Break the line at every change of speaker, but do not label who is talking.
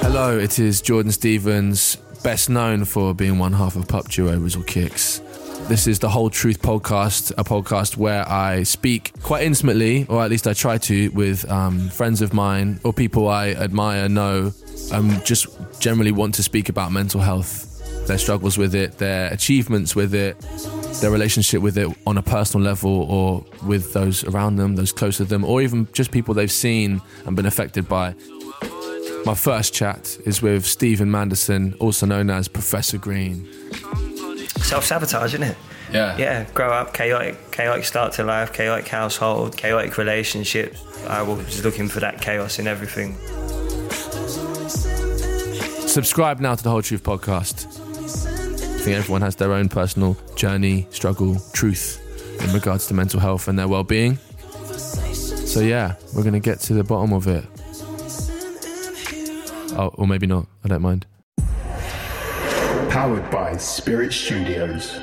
Hello, it is Jordan Stevens, best known for being one half of Pup Duo Rizzle Kicks. This is the Whole Truth podcast, a podcast where I speak quite intimately, or at least I try to, with um, friends of mine or people I admire, know, and just generally want to speak about mental health, their struggles with it, their achievements with it, their relationship with it on a personal level or with those around them, those close to them, or even just people they've seen and been affected by. My first chat is with Stephen Manderson, also known as Professor Green.
Self sabotage, isn't it? Yeah, grow up, chaotic, chaotic start to life, chaotic household, chaotic relationships. I was looking for that chaos in everything.
Subscribe now to the Whole Truth podcast. I think everyone has their own personal journey, struggle, truth in regards to mental health and their well being. So, yeah, we're going to get to the bottom of it. Oh, or maybe not. I don't mind.
Powered by Spirit Studios.